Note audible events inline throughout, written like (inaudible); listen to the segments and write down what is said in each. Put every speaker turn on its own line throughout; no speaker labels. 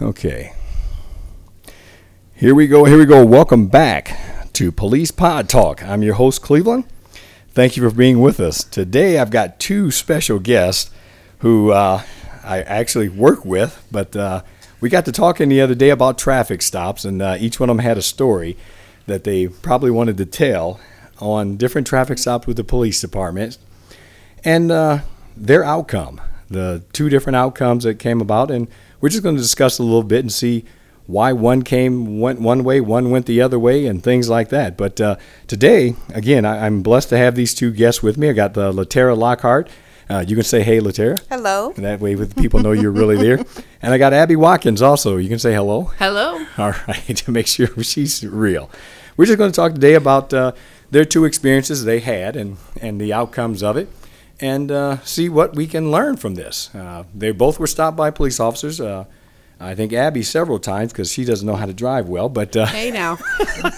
Okay. Here we go. Here we go. Welcome back to Police Pod Talk. I'm your host, Cleveland. Thank you for being with us. Today, I've got two special guests who uh, I actually work with, but uh, we got to talking the other day about traffic stops, and uh, each one of them had a story that they probably wanted to tell on different traffic stops with the police department and uh, their outcome, the two different outcomes that came about, and we're just going to discuss a little bit and see why one came went one way, one went the other way, and things like that. But uh, today, again, I, I'm blessed to have these two guests with me. I got the Latera Lockhart. Uh, you can say hey, Latera.
Hello.
And that way, with people know you're really there. And I got Abby Watkins also. You can say hello.
Hello.
(laughs) All right, to make sure she's real. We're just going to talk today about uh, their two experiences they had and, and the outcomes of it and uh, see what we can learn from this. Uh, they both were stopped by police officers. Uh, I think Abby several times because she doesn't know how to drive well, but uh,
Hey now.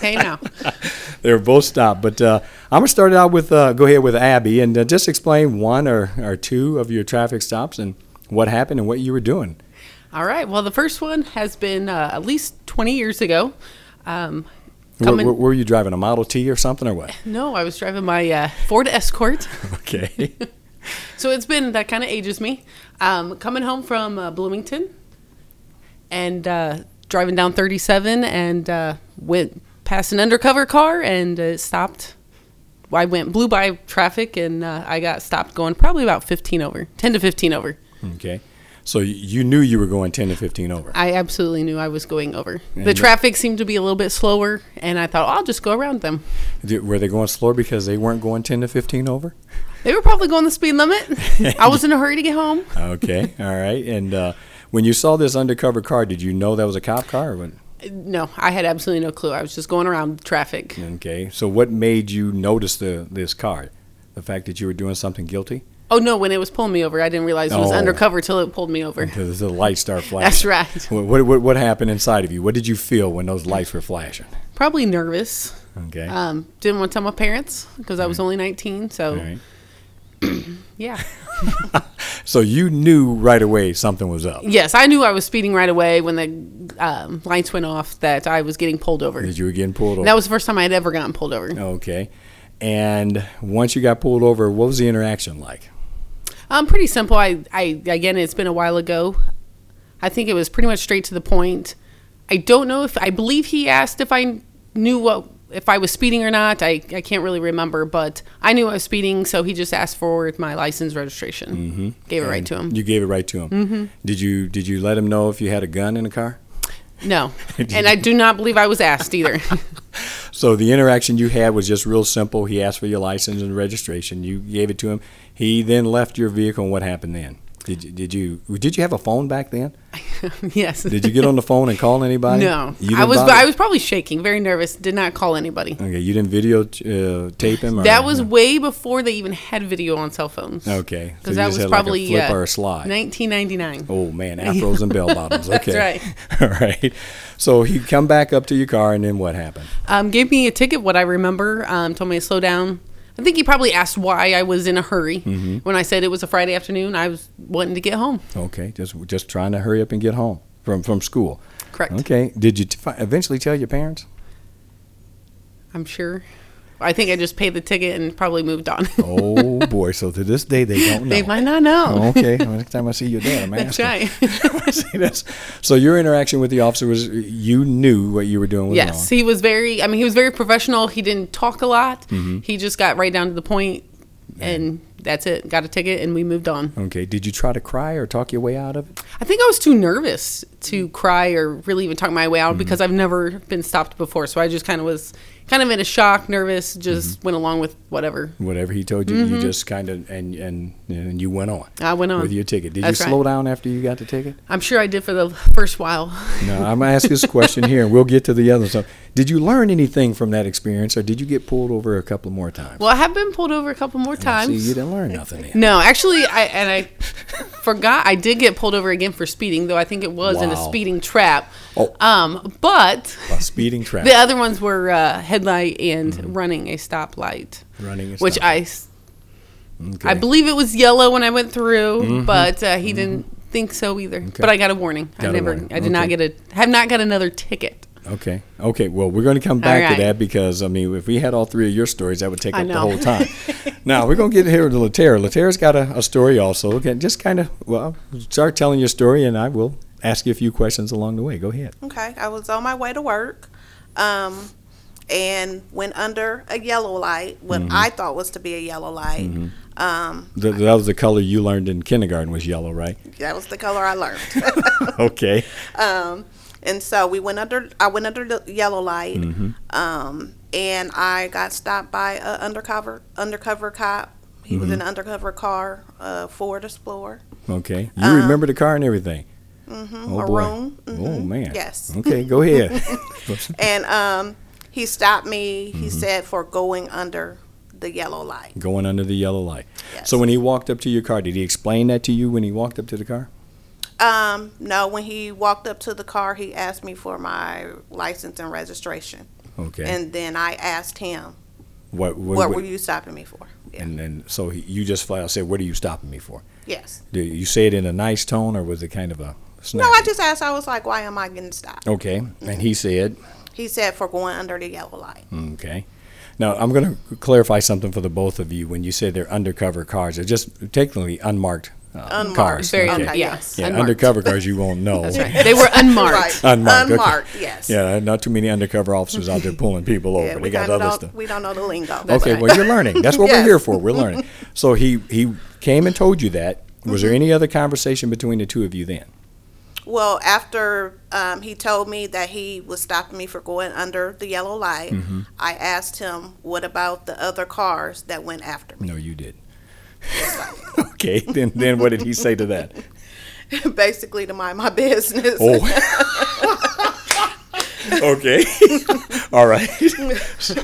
hey now.
(laughs) they were both stopped. But uh, I'm going to start it out with uh, go ahead with Abby and uh, just explain one or, or two of your traffic stops and what happened and what you were doing.
All right. Well, the first one has been uh, at least 20 years ago. Um,
Were,
coming,
were, were you driving a Model T or something or
(laughs)
what?
no, I was driving my uh, Ford Escort.
Okay. (laughs)
So it's been that kind of ages me. Um, coming home from uh, Bloomington and uh, driving down 37 and uh, went past an undercover car and uh, stopped. I went blew by traffic and uh, I got stopped going probably about 15 over, 10 to 15 over.
okay. So y- you knew you were going 10 to 15 over.
I absolutely knew I was going over.
you-
the traffic seemed to be a little bit slower, and I thought, I'll just go around them.
Did, were they going slower because they weren't going 10 to 15 over?
They were probably going the
(laughs)
speed limit. I was in a hurry to get home. (laughs)
Okay, all right. And uh, when you saw this undercover car, did you know that was a cop car? Or what?
No, I had absolutely no clue. I was just going around traffic.
Okay. So what made you notice the this car? The fact that you were doing something guilty?
Oh, no, when it was pulling me over, I didn't realize it was
Oh.
undercover till it pulled me over.
Because
(laughs)
the lights start
That's
flashing.
right.
What, what, what, what happened inside of you? What did you feel when those lights were flashing?
Probably nervous.
Okay.
Um, didn't want to tell my parents because I was only 19. So,
Mm-hmm. all right.
yeah.
So you knew right away something was up.
Yes, I knew I was speeding right away when the um, lights went off that I was getting pulled over.
Did you were getting pulled over?
That was the first time I had ever gotten pulled over.
okay. And once you got pulled over, what was the interaction like?
Um, pretty simple. I, I again, it's been a while ago. I think it was pretty much straight to the point. I don't know if I believe he asked if I knew what if I was speeding or not. I, I can't really remember, but I knew I was speeding, so he just asked for my license registration. Mm-hmm. Gave it right to him.
You gave it right to him. Mm-hmm. Did you Did you let him know if you had a gun in the car? (laughs)
No, and I do not believe I was asked either. (laughs)
So the interaction you had was just real simple. He asked for your license and registration. You gave it to him. He then left your vehicle. And what happened then? Did you, did you did you have a phone back then?
yes.
Did you get on the phone and call anybody?
No,
You didn't
I was
bother-
I was probably shaking, very nervous. Did not call anybody.
Okay, you didn't video uh, tape him. Or,
That was way before they even had video on cell phones.
okay. So
because
you
that
just
was
had
probably
like a flip
uh,
or a slide.
1999.
Oh man, afros
(laughs)
and bell bottoms.
That's
Okay, (laughs)
right.
All right. So he come back up to your car, and then what happened?
Um, gave me a ticket. What I remember, um, told me to slow down. I think he probably asked why I was in a hurry
Mm-hmm.
when I said it was a Friday afternoon. I was wanting to get home.
Okay, just just trying to hurry up and get home from from school.
Correct.
Okay. Did you t- fi- eventually tell your parents?
I'm sure. I think I just paid the ticket and probably moved on.
Oh
(laughs)
boy! So to this day, they don't know.
they might not know.
Oh,
(laughs)
okay. Well, next time I see your dad, (laughs) I'm
That's
asking.
right.
See, that's- so your interaction with the officer was you knew what you were doing was
yes,
wrong.
he was very. I mean, he was very professional. He didn't talk a lot.
Mm-hmm.
He just got right down to the point, and that's it. Got a ticket, and we moved on.
Okay. Did you try to cry or talk your way out of it?
I think I was too
Mm-hmm.
nervous to cry or really even talk my way out because I've never been stopped before. So I just kind of was kind of in a shock, nervous, just
Mm-hmm.
went along with whatever.
Whatever he told you, you just kind of and and and you went on.
Mm-hmm. I went on.
with your ticket. Did
That's
you
right.
slow down after you got the ticket?
I'm sure I did for the first while. (laughs)
No, I'm gonna ask this question here, and we'll get to the other stuff. Did you learn anything from that experience, or did you get pulled over a couple more times?
Well, I have been pulled over a couple more
See,
times.
you didn't learn nothing.
(laughs)
Then.
No, actually, I and I forgot I did get pulled over again for speeding, though I think it was in a
Wow.
speeding trap.
Oh.
Um, but
A speeding trap.
the other ones were uh, headlight and running a stoplight,
Mm-hmm. Running a
which
stoplight.
I s- I
Okay. Mm-hmm.
believe it was yellow when I went through, but uh, he didn't think so either. But I got a warning.
Got
I
a
never,
warning.
I did not
Okay.
get a, have not got another ticket.
Okay. Okay. Well, we're going to come back
right.
to that because I mean, if we had all three of your stories, that would take
I
up the
know.
whole
(laughs)
time. now we're going to get here to Latera. Latera's got a, a story also. Okay, just kind of well, start telling your story, and I will ask you a few questions along the way. Go ahead.
Okay, I was on my way to work, um, and went under a yellow light, what I thought was to be a yellow light. Um,
Th- that was the color you learned in kindergarten was yellow,
(laughs)
right?
that was the color I learned. (laughs)
Okay.
um, and so we went under. I went under the yellow light, um, and I got stopped by a undercover undercover cop. He was in an undercover car, a Ford Explorer.
Okay. You
Um,
remember the car and everything. Mm-hmm. Oh boy.
Maroon.
Oh
Mhm.
man.
Yes.
Okay. Go
(laughs)
ahead.
and um, he stopped me. He said for going under the yellow light.
Going under the yellow light.
Yes.
So when he walked up to your car, did he explain that to you when he walked up to the car?
Um, no, when he walked up to the car, he asked me for my license and registration,
Okay.
and then I asked him,
what, what,
"What
what-
were you stopping me for?" Yeah.
And then, so he, you just flat out said, "What are you stopping me for?"
yes.
Did you say it in a nice tone, or was it kind of a snap?
No, I just Mm-hmm. asked. I was like, "Why am I getting stopped?"
Okay, and he said,
He said for going under the yellow light.
"Okay." Now I'm going to clarify something for the both of you. When you say they're undercover cars, they're just technically unmarked, uh,
Unmarked,
cars.
Very,
Okay.
yeah,
Yes.
Yeah,
unmarked.
undercover cars you won't
(laughs)
know.
That's
(laughs)
right. They were unmarked.
Right.
Unmarked, okay.
Unmarked, Yes.
Yeah, not too many undercover officers out there pulling people over.
Yeah,
Oh, they
we
got
kinda
other
don't,
stuff.
We don't know
(laughs)
the lingo.
Okay, well you're learning. That's what we're
Yes.
here for. We're learning. So he he came and told you that. Was
Mm-hmm.
there any other conversation between the two of you then?
(laughs) Well, after um, he told me that he was stopping me for going under the yellow light,
Mm-hmm.
I asked him, "What about the other cars that went after me?"
No, you did. (laughs) okay, then then what did he say to
(laughs)
that?
Basically, to mind my (laughs) business.
Oh. (laughs) okay. (laughs) All
(laughs)
right. So,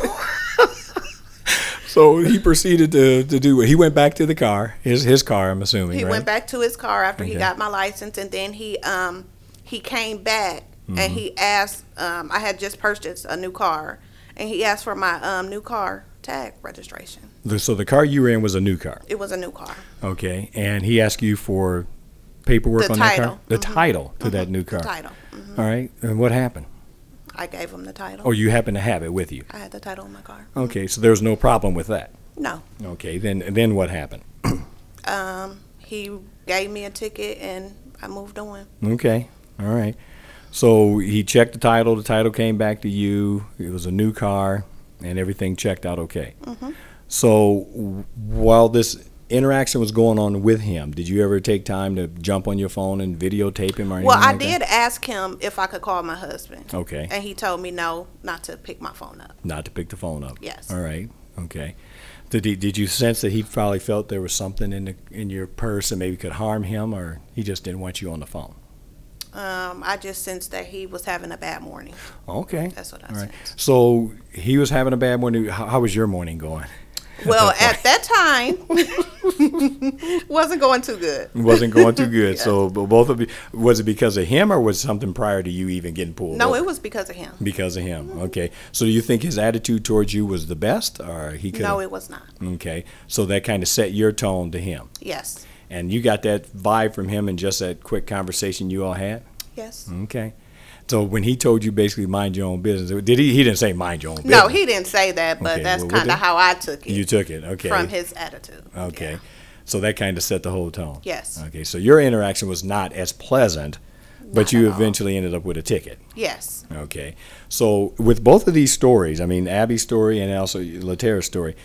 so he proceeded to, to do it. He went back to the car, his his car, I'm assuming.
He
right?
went back to his car after he
Okay.
got my license, and then he um he came back
Mm-hmm.
and he asked. Um, I had just purchased a new car, and he asked for my um new car tag registration.
The- So the car you were in was a new car.
It was a new car.
Okay. And he asked you for paperwork
The
on that car?
title. Mm-hmm.
The title to that new car.
Title. Mm-hmm.
All right. And what happened?
I gave him the title.
Oh, you happened to have it with you.
I had the title on my car.
Okay. So there was no problem with that.
No.
Okay. Then then what happened?
Um, he gave me a ticket, and I moved on.
Okay. All right. So he checked the title. The title came back to you. It was a new car, and everything checked out okay.
Mm-hmm.
So w- while this interaction was going on with him, did you ever take time to jump on your phone and videotape him or anything?
Well, I
like that?
did ask him if I could call my husband.
Okay.
And he told me no, not to pick my phone up.
Not to pick the phone up.
Yes.
All right. Okay. Did he, did you sense that he probably felt there was something in the in your purse that maybe could harm him, or he just didn't want you on the phone?
Um, I just sensed that he was having a bad morning.
Okay.
That's what I
All right.
sensed.
So he was having a bad morning. How, how was your morning going?
Well, at that time,
(laughs)
(laughs) wasn't going too good.
It
(laughs)
wasn't going too good. So but both of you, was it because of him or was something prior to you even getting pulled?
No,
over?
it was because of him.
because of him. Okay. So do you think his attitude towards you was the best, or he could?
No, it was not.
Okay. So that kind of set your tone to him,
Yes.
and you got that vibe from him in just that quick conversation you all had.
Yes.
Okay. So when he told you basically mind your own business, did he? He didn't say mind your own business.
No, he didn't say that, but
Okay,
that's
well, what
kind of
did-
how I took it
You took it. Okay.
from his attitude.
Okay.
Yeah.
So that kind of set the whole tone.
Yes.
Okay. So your interaction was not as pleasant, but
Not
you
at all.
eventually ended up with a ticket.
Yes.
Okay. So with both of these stories, I mean Abby's story and also Latera's story,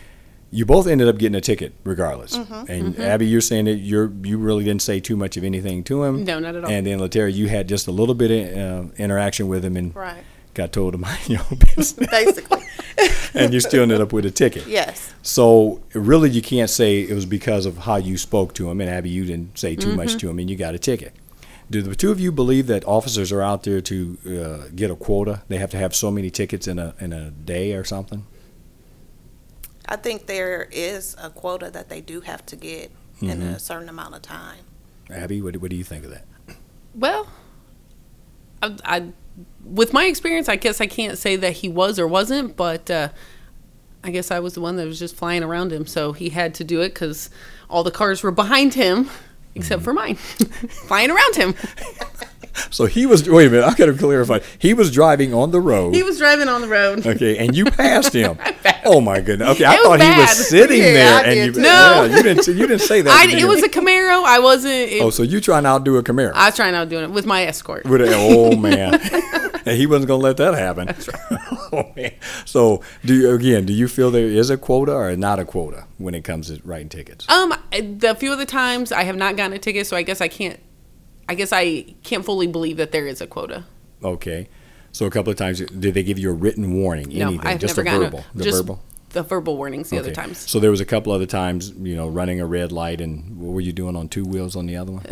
you both ended up getting a ticket regardless.
Mm-hmm.
And Abby, you're saying that you're you really didn't say too much of anything to him.
No, not at all.
And then Latera, you had just a little bit of uh, interaction with him and
Right.
got told to (laughs) mind your own
(laughs)
business,
basically. (laughs)
and you still ended up with a ticket.
yes.
So really, you can't say it was because of how you spoke to him, and Abby, you didn't say too
Mm-hmm.
much to him, and you got a ticket. Do the two of you believe that officers are out there to uh, get a quota? They have to have so many tickets in a in a day or something.
I think there is a quota that they do have to get in
Mm-hmm.
a certain amount of time.
Abby, what, do- what do you think of that?
Well, I, I, with my experience, I guess I can't say that he was or wasn't, but uh, I guess I was the one that was just flying around him, so he had to do it because all the cars were behind him (laughs) except for mine, (laughs) flying around him.
So he was wait a minute. I got to clarify. He was driving on the road.
He was driving on the road.
Okay, and you passed
(laughs)
him.
passed.
oh my goodness. Okay, I
It was
thought he was
bad.
sitting
Yeah,
there,
I
and
did
you
too.
yeah,
No.
you didn't you didn't say that.
I,
did
it
you?
was a Camaro. I wasn't. It,
oh, so you trying to outdo a Camaro?
I was trying out doing it with my escort.
With a,
(laughs)
oh man, and he wasn't going to let that happen. That's right. (laughs) oh man. So do you, again? Do you feel there is a quota or not a quota when it comes to writing tickets?
Um, the few of the times I have not gotten a ticket, so I guess I can't. I guess I can't fully believe that there is a quota.
Okay. So a couple of times, did they give you a written warning? anything?
no, I've
just
never
a
gotten
verbal.
a
the
just
verbal.
the verbal warnings the other
Okay.
times. (laughs)
So there was a couple other times, you know, running a red light, and what were you doing on two wheels on the other one?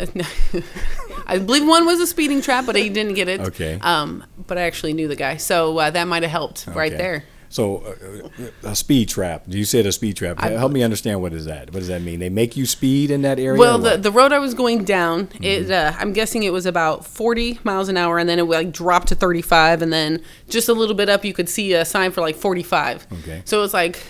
I believe one was a speeding trap, but he didn't get it.
Okay.
Um, but I actually knew the guy, so uh, that might have helped right
Okay.
there.
So, uh, uh, a speed trap. You said a speed trap. Help me understand what is that? What does that mean? They make you speed in that area?
Well,
or
the,
what?
the road I was going down,
Mm-hmm.
it uh, I'm guessing it was about 40 miles an hour, and then it like dropped to 35, and then just a little bit up, you could see a sign for like 45.
Okay.
So it's like,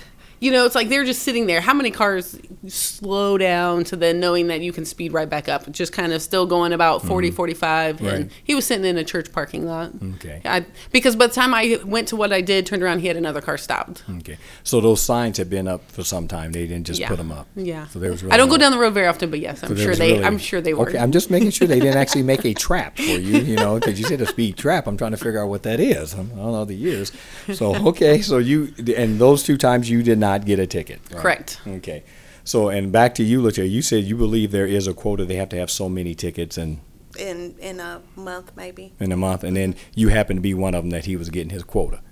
you know, it's like they're just sitting there. How many cars slow down to then knowing that you can speed right back up? Just kind of still going about 40, 45,
Mm-hmm. Right.
and he was sitting in a church parking lot.
Okay.
I, because by the time I went to what I did, turned around, he had another car stopped.
okay. So those signs have been up for some time. They didn't just
Yeah.
put them up.
Yeah.
So there was.
I don't go
really-
down the road very often, but yes, I'm
so there
sure
was
they.
really-
I'm sure they were.
Okay, I'm just making sure they didn't actually make
(laughs)
a trap for you, you know, because you said a speed trap. I'm trying to figure out what that is. I'm- I don't know the years.
(laughs)
So okay, so you and those two times you did not get a ticket. right?
Correct.
Okay. So and back to you, Lucia. You said you believe there is a quota. They have to have so many tickets and
In in a month maybe.
in a month, and then you happen to be one of them that he was getting his quota.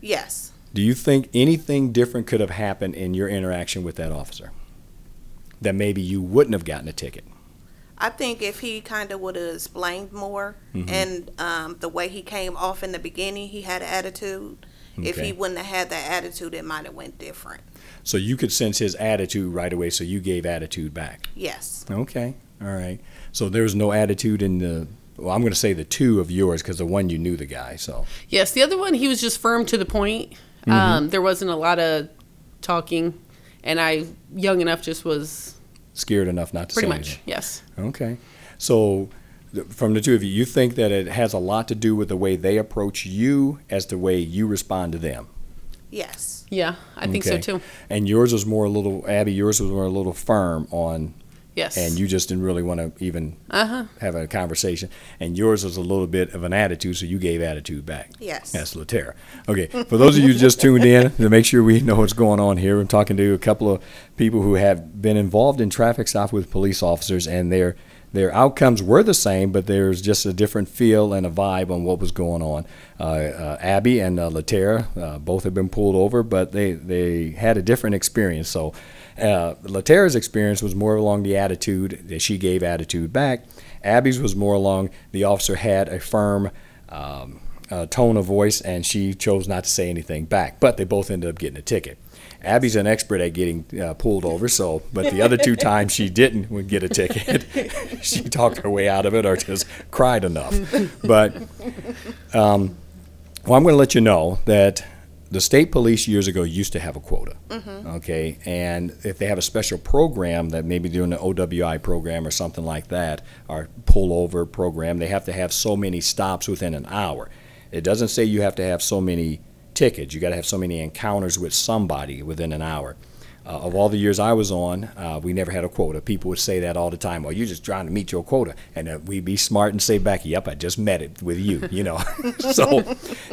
Yes.
Do you think anything different could have happened in your interaction with that officer that maybe you wouldn't have gotten a ticket?
I think if he kind of would have explained more and um, the way he came off in the beginning, he had an attitude. If
Okay.
he wouldn't have had that attitude, it might have went different.
So you could sense his attitude right away, so you gave attitude back.
Yes.
Okay, all right. So there was no attitude in the. Well, I'm going to say the two of yours because the one you knew the guy. So
Yes, the other one he was just firm to the point.
Mm-hmm.
Um, there wasn't a lot of talking, and I, young enough, just was
scared enough not to
pretty
say
much yes.
anything. Okay, so th- from the two of you, you think that it has a lot to do with the way they approach you as the way you respond to them.
Yes.
Yeah, I think so
Okay.
too.
And yours was more a little, Abby, yours was more a little firm on,
Yes.
and you just didn't really want to even
Uh-huh.
have a conversation. And yours was a little bit of an attitude, so you gave attitude back.
Yes.
That's Laterra. Okay. For those of you who just tuned in, to make sure we know what's going on here, I'm talking to a couple of people who have been involved in traffic stops with police officers, and their their outcomes were the same, but there's just a different feel and a vibe on what was going on. Uh, uh, Abby and uh, Laterra uh, both have been pulled over, but they they had a different experience. So. Uh, Laterra's experience was more along the attitude that she gave attitude back. Abby's was more along the officer had a firm um, uh, tone of voice, and she chose not to say anything back. But they both ended up getting a ticket. Abby's an expert at getting uh, pulled over, so but the other two times she didn't would get a ticket. (laughs) she talked her way out of it, or just cried enough. But um, well, I'm going to let you know that the state police years ago used to have a quota. Okay, and if they have a special program that maybe doing an OWI program or something like that, or pullover program, they have to have so many stops within an hour. It doesn't say you have to have so many tickets. You got to have so many encounters with somebody within an hour. Uh, of all the years I was on, uh, we never had a quota. People would say that all the time. Well, you're just trying to meet your quota, and uh, we'd be smart and say back, "Yep, I just met it with you," you know. (laughs) so,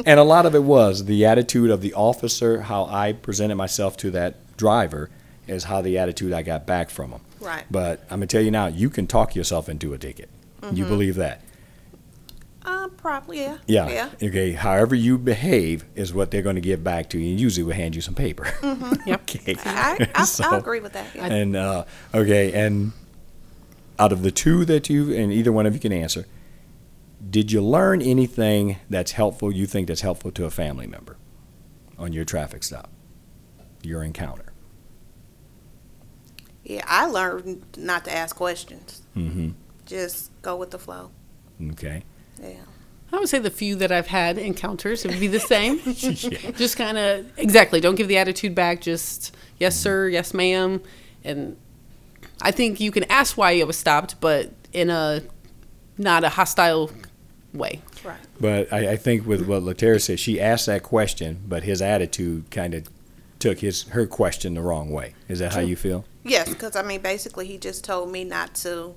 and a lot of it was the attitude of the officer, how I presented myself to that driver, is how the attitude I got back from him.
Right.
But I'm gonna tell you now, you can talk yourself into a ticket. You believe that?
Uh, probably, yeah.
Yeah.
(laughs) Yeah.
Okay. However you behave is what they're going to give back to you. And usually will hand you some paper. (laughs)
Yep.
okay.
Mm. I, I,
So-
I agree with that. Yeah.
And uh, okay, and out of the two that you and either one of you can answer, did you learn anything that's helpful? You think that's helpful to a family member on your traffic stop, your encounter?
yeah, I learned not to ask questions.
hmm
Just go with the flow.
Okay.
Yeah.
I would say the few that I've had encounters it would be the same.
(laughs) Yeah.
Just kind of exactly. Don't give the attitude back. Just yes,
Mm-hmm.
sir. Yes, ma'am. And I think you can ask why you was stopped, but in a not a hostile way.
Right.
But I, I think with what Latera said, she asked that question, but his attitude kind of took his her question the wrong way. Is that how you feel?
Yes, because I mean, basically, he just told me not to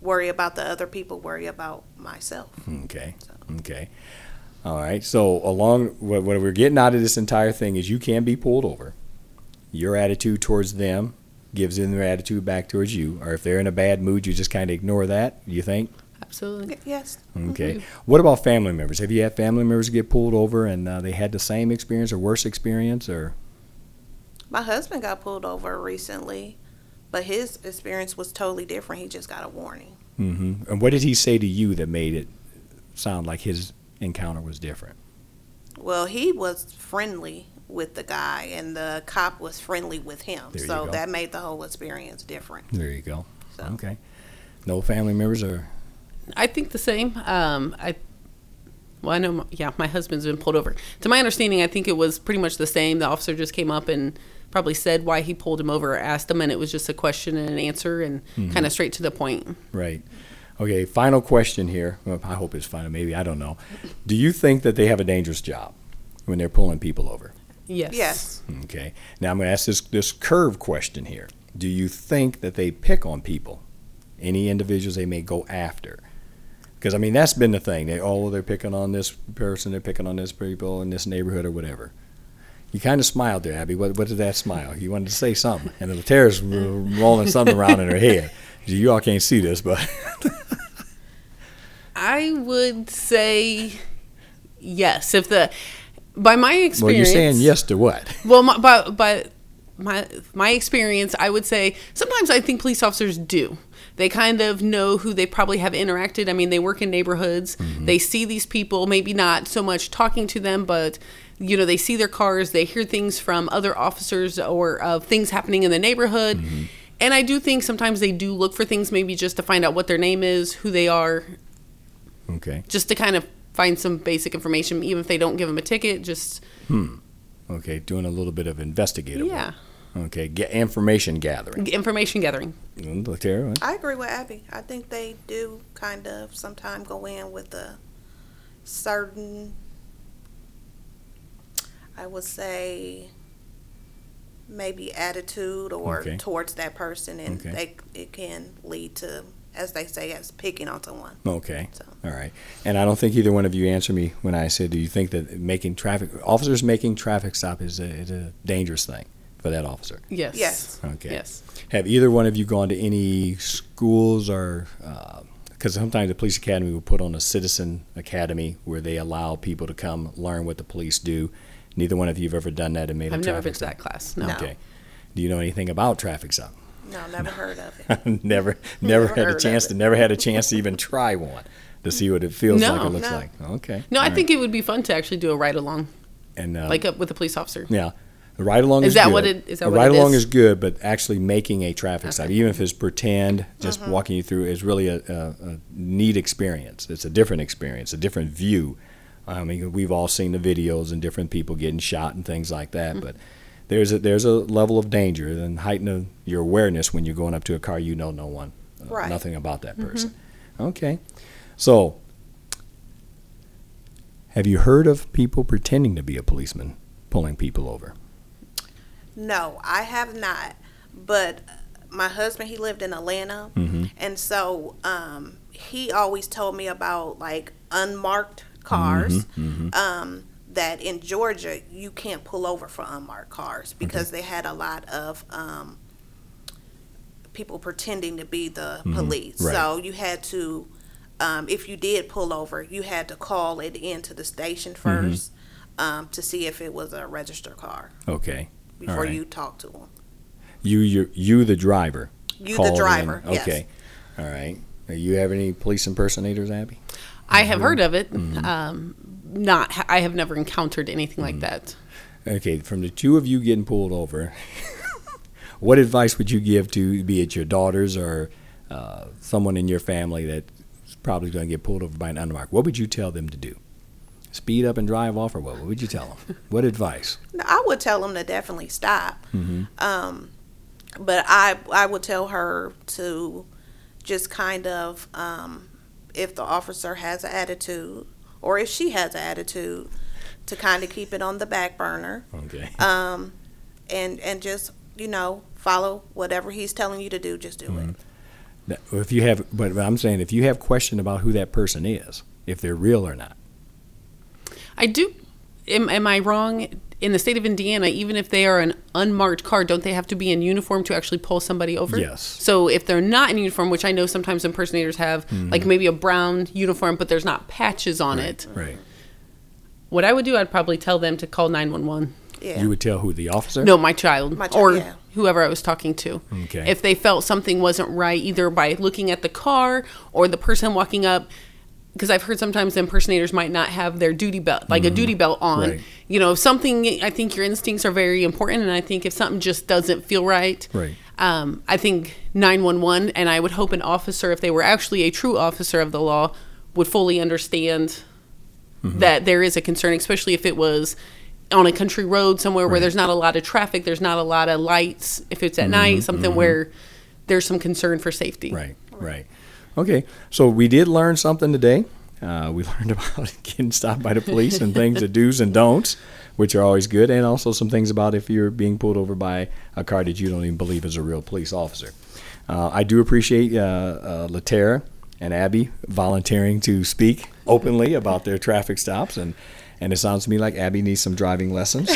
worry about the other people, worry about myself.
Okay. Okay. All right. So along what, what we're getting out of this entire thing is you can be pulled over. Your attitude towards them gives them their attitude back towards you, or if they're in a bad mood, you just kind of ignore that. You think?
Absolutely.
Y- Yes.
Okay. What about family members? Have you had family members get pulled over and uh, they had the same experience or worse experience or?
My husband got pulled over recently, but his experience was totally different. He just got a warning.
hmm And what did he say to you that made it sound like his encounter was different?
Well, he was friendly with the guy, and the cop was friendly with him.
There you
so
go.
that made the whole experience different.
There you go.
So.
Okay. No family members or
I think the same. Um, I well, I know. My, yeah, my husband's been pulled over. To my understanding, I think it was pretty much the same. The officer just came up and probably said why he pulled him over, or asked him, and it was just a question and an answer, and
Mm-hmm.
kind of straight to the point.
Right. Okay, final question here. Well, I hope it's final. Maybe I don't know. Do you think that they have a dangerous job when they're pulling people over?
Yes.
Yes.
Okay. Now I'm going to ask this this curve question here. Do you think that they pick on people, any individuals they may go after? Because I mean that's been the thing. They oh they're picking on this person, they're picking on this people in this neighborhood or whatever. You kind of smiled there, Abby. What, what did that smile? You wanted to say something, and the terrorist rolling something around in her head. You all can't see this, but
I would say yes. If the by my experience,
Well, you're saying yes to
(laughs)
what?
Well, my, but but my my experience, I would say sometimes I think police officers do. They kind of know who they probably have interacted. I mean, they work in neighborhoods. They see these people, maybe not so much talking to them, but you know, they see their cars, they hear things from other officers or of things happening in the neighborhood. And I do think sometimes they do look for things maybe just to find out what their name is, who they are,
Okay.
just to kind of find some basic information even if they don't give them a ticket, just
Okay. Doing a little bit of investigative. work.
yeah,
Okay. Get information gathering.
information gathering.
Mm, look there, huh?
I agree with Abby. I think they do kind of sometimes go in with a certain, I would say, maybe attitude or
Okay.
towards that person, and
Okay.
they it can lead to, as they say, as picking on someone.
Okay.
So.
All right. And I don't think either one of you answered me when I said, do you think that making traffic officers making traffic stop is a, is a dangerous thing for that officer?
Yes.
Yes.
Okay.
Yes.
Have either one of you gone to any schools or? Because sometimes the police academy will put on a citizen academy where they allow people to come learn what the police do. Neither one of you have ever done that and made a
I've
traffic
never been to
stop.
that class. No.
No.
Okay. Do you know anything about traffic stop?
No, never heard of
(laughs)
it.
never,
(laughs)
never had
heard
a
of
chance
it.
to, never had a chance to even try one to see what it feels like or
No.
looks
No.
like. Okay.
No,
All
I
right.
think it would be fun to actually do a ride along,
and uh,
like up with a police officer.
yeah, a ride along
Is
is,
that
good.
what it- is that
a
what it
ride along
is?
is good, but actually making a traffic stop,
Okay. Mm-hmm.
even if it's pretend, just walking you through, is really a, a, a neat experience. It's a different experience, a different view. I mean, we've all seen the videos and different people getting shot and things like that,
Mm.
but. There's a, there's a level of danger and heighten of your awareness when you're going up to a car you know no one uh,
Right.
nothing about that
Mm-hmm.
person. Okay. So, have you heard of people pretending to be a policeman pulling people over?
No, I have not. But my husband, he lived in
Mm-hmm.
Atlanta, and so um, he always told me about like unmarked cars.
Mm-hmm,
Um, that in Georgia you can't pull over for unmarked cars because they had a lot of um, people pretending to be the police.
Mm-hmm. right.
So you had to um, if you did pull over, you had to call it into the station
Mm-hmm.
1st um, to see if it was a registered car
Okay. All
before
right.
you talked to them.
You, you, you, the driver.
You,
called
the
in.
driver. Yes.
Okay. All right. Now, You have any police impersonators, Abby?
I
Mm-hmm.
have heard of it. Um, not, ha- I have never encountered anything
Mm-hmm.
like that.
Okay, from the two of you getting pulled over, (laughs) what advice would you give to be it your daughters or uh, someone in your family that's probably going to get pulled over by an undermark? What would you tell them to do? Speed up and drive off, or what? What would you tell them? What advice?
No, I would tell them to definitely stop.
Mm-hmm.
Um, but I I would tell her to just kind of um, if the officer has an attitude or if she has an attitude to kind of keep it on the back burner
Okay.
um, and and just you know follow whatever he's telling you to do. Just do
Mm-hmm.
it.
Now, If you have, but I'm saying if you have question about who that person is, if they're real or not.
I do. Am, am I wrong? In the state of Indiana, even if they are an unmarked car, don't they have to be in uniform to actually pull somebody over?
Yes.
So if they're not in uniform, which I know sometimes impersonators have, like maybe a brown uniform, but there's not patches on it,
Mm-hmm. Right.
what I would do, I'd probably tell them to call 911.
Yeah.
You would tell who the officer?
No, my child,
My chi-
or
yeah.
whoever I was talking to.
Okay.
If they felt something wasn't right, either by looking at the car or the person walking up, because I've heard sometimes impersonators might not have their duty belt, like a duty belt on.
Mm-hmm. Right.
You know, if something. I think your instincts are very important, and I think if something just doesn't feel right,
Right.
Um, I think nine one one, and I would hope an officer, if they were actually a true officer of the law, would fully understand that there is a concern, especially if it was on a country road somewhere where there's not a lot of traffic, there's not a lot of lights. If it's at night, something where there's some concern for safety.
Right, right. Okay, so we did learn something today. Uh, we (laughs) learned about getting stopped by the police and things, the do's and don'ts, which are always good, and also some things about if you're being pulled over by a car that you don't even believe is a real police officer. Uh, I do appreciate uh, uh, Latera and Abby volunteering to speak openly about their traffic stops, and, and it sounds to me like Abby needs some driving lessons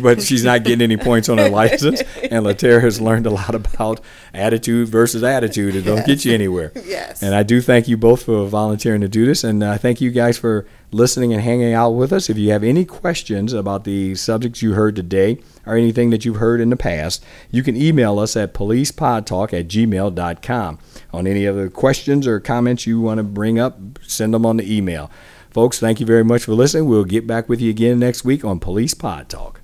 but she's not getting any points on her license. And Laterra has learned a lot about attitude versus attitude. It don't get you anywhere.
(laughs) Yes.
And I do thank you both for volunteering to do this, and I thank you guys for listening and hanging out with us. If you have any questions about the subjects you heard today or anything that you've heard in the past, you can email us at policepodtalk at gmail.com. On any other questions or comments you want to bring up, send them on the email. Folks, thank you very much for listening. We'll get back with you again next week on Police Pod Talk.